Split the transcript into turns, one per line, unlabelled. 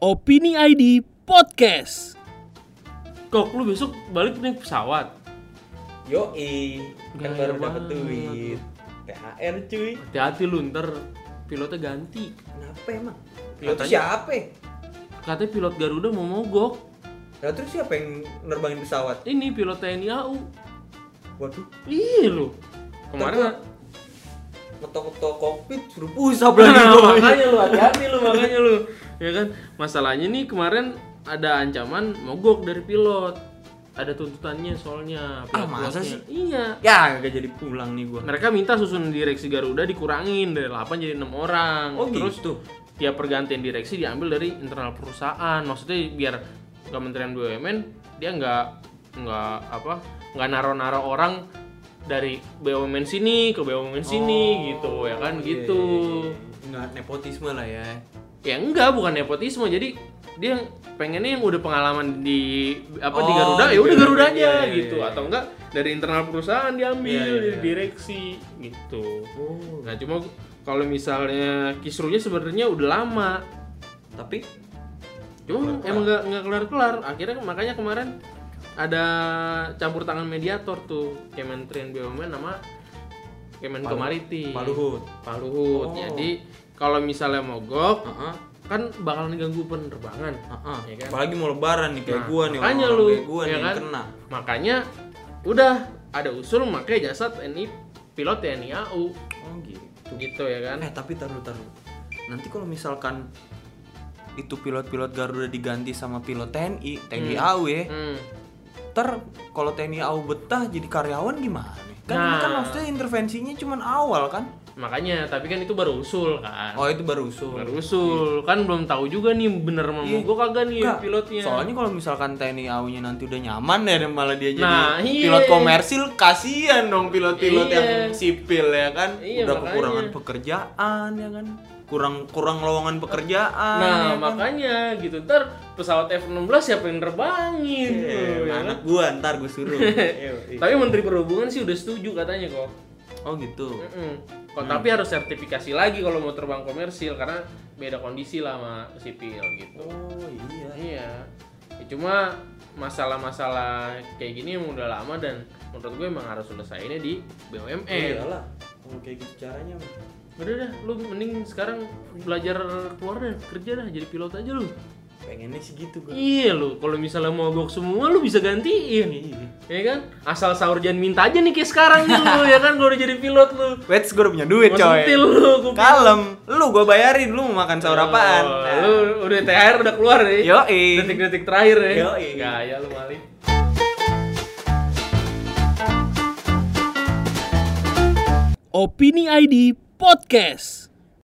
Opini ID Podcast.
Kok lu besok balik naik pesawat?
Yoi, kan
Gaya
baru dapet
banget.
duit. THR cuy.
Hati-hati lu ntar pilotnya ganti.
Kenapa emang?
Katanya-
Ya terus siapa?
Katanya pilot Garuda mau mogok.
Nah terus siapa yang nerbangin pesawat?
Ini pilot TNI AU.
Waduh,
Iya lu. Kemarin
Tapi- ngetok-ngetok kokpit suruh pusap lagi
Nah,
gua.
makanya lu hati-hati lu makanya lu. Ya kan? Masalahnya nih kemarin ada ancaman mogok dari pilot. Ada tuntutannya soalnya
Ah, masa
pilot-pilotnya.
sih?
Iya.
Ya, gak jadi pulang nih gua.
Mereka minta susunan direksi Garuda dikurangin dari 8 jadi 6 orang.
Oh,
Terus
gitu.
tiap pergantian direksi diambil dari internal perusahaan. Maksudnya biar Kementerian BUMN dia nggak nggak apa nggak naro-naro orang dari BUMN sini ke BUMN
Oh,
sini gitu ya kan
iya,
gitu.
Enggak iya. nepotisme lah ya.
Ya enggak bukan nepotisme. Jadi dia yang pengennya yang udah pengalaman di apa di
Oh,
Garuda
di
ya udah
Garuda,
Garuda aja
iya, iya,
gitu
iya.
atau enggak dari internal perusahaan diambil
Iya, iya,
dari
iya.
direksi gitu.
Oh.
Nah cuma kalau misalnya kisruhnya sebenarnya udah lama,
Tapi
cuma emang nggak nggak kelar kelar. Akhirnya makanya kemarin ada campur tangan mediator tuh Kementerian BUMN sama Kemenko
Palu-
Maritim.
Pak Luhut.
Pak Luhut.
Oh.
Jadi kalau misalnya mogok
Heeh.
kan bakalan ganggu penerbangan.
Heeh.
Ya kan?
Apalagi mau lebaran nih kayak
Nah,
gua Ah, nih,
makanya
orang-orang
lu,
kayak gua
ya
nih yang
kan?
kena.
Makanya udah ada usul makanya jasa TNI pilot TNI AU
Oh gitu.
gitu ya kan.
Eh tapi taruh taruh. Nanti kalau misalkan itu pilot-pilot Garuda diganti sama pilot TNI, TNI AU ya.
Hmm.
Ter kalau TNI AU betah jadi karyawan gimana? Kan ini kan
Nah.
maksudnya intervensinya cuman awal kan?
Makanya tapi kan itu baru usul kan.
Oh itu baru usul.
Baru usul kan belum tahu juga nih bener mau
Iya.
mogok kagak nih
Enggak,
pilotnya.
Soalnya kalau misalkan TNI AU-nya nanti udah nyaman ya dan malah dia jadi
Nah, iya.
pilot komersil kasihan dong pilot-pilot
Iya.
yang sipil ya kan.
Iya,
udah
makanya.
kekurangan pekerjaan ya kan. Kurang kurang lowongan pekerjaan.
nah
ya kan?
makanya gitu ntar pesawat F16 siapa yang terbangin
Eh,
tuh, ya kan?
anak gua ntar gua suruh.
Tapi Menteri Perhubungan sih udah setuju katanya kok.
oh gitu.
Mm-mm. Kok
Hmm.
tapi harus sertifikasi lagi kalau mau terbang komersil karena beda kondisi lah sama sipil gitu.
Oh iya.
Iya. Ya, cuma masalah-masalah kayak gini emang udah lama dan menurut gue emang harus selesainya di BUMN.
lah. Kalau kayak gitu caranya mah.
Udah dah, lu mending sekarang belajar keluar dah, kerja dah, jadi pilot aja lu.
pengennya sih gitu gua.
Iya lu, kalau misalnya mogok semua lu bisa gantiin.
Iya.
Ya kan? Asal sahur jangan minta aja nih kayak sekarang nih lu, ya kan? Kalau udah jadi pilot lu.
Wets, gua udah punya duit,
Mau
Iya, coy.
sentil lu, gua
Kalem. Lu gua bayarin, lu mau makan sahur apaan?
Oh,
Nah.
Lu udah THR udah keluar nih.
Yoi.
Detik-detik terakhir ya.
Yoi.
Gaya lu maling.
Opini ID Podcast.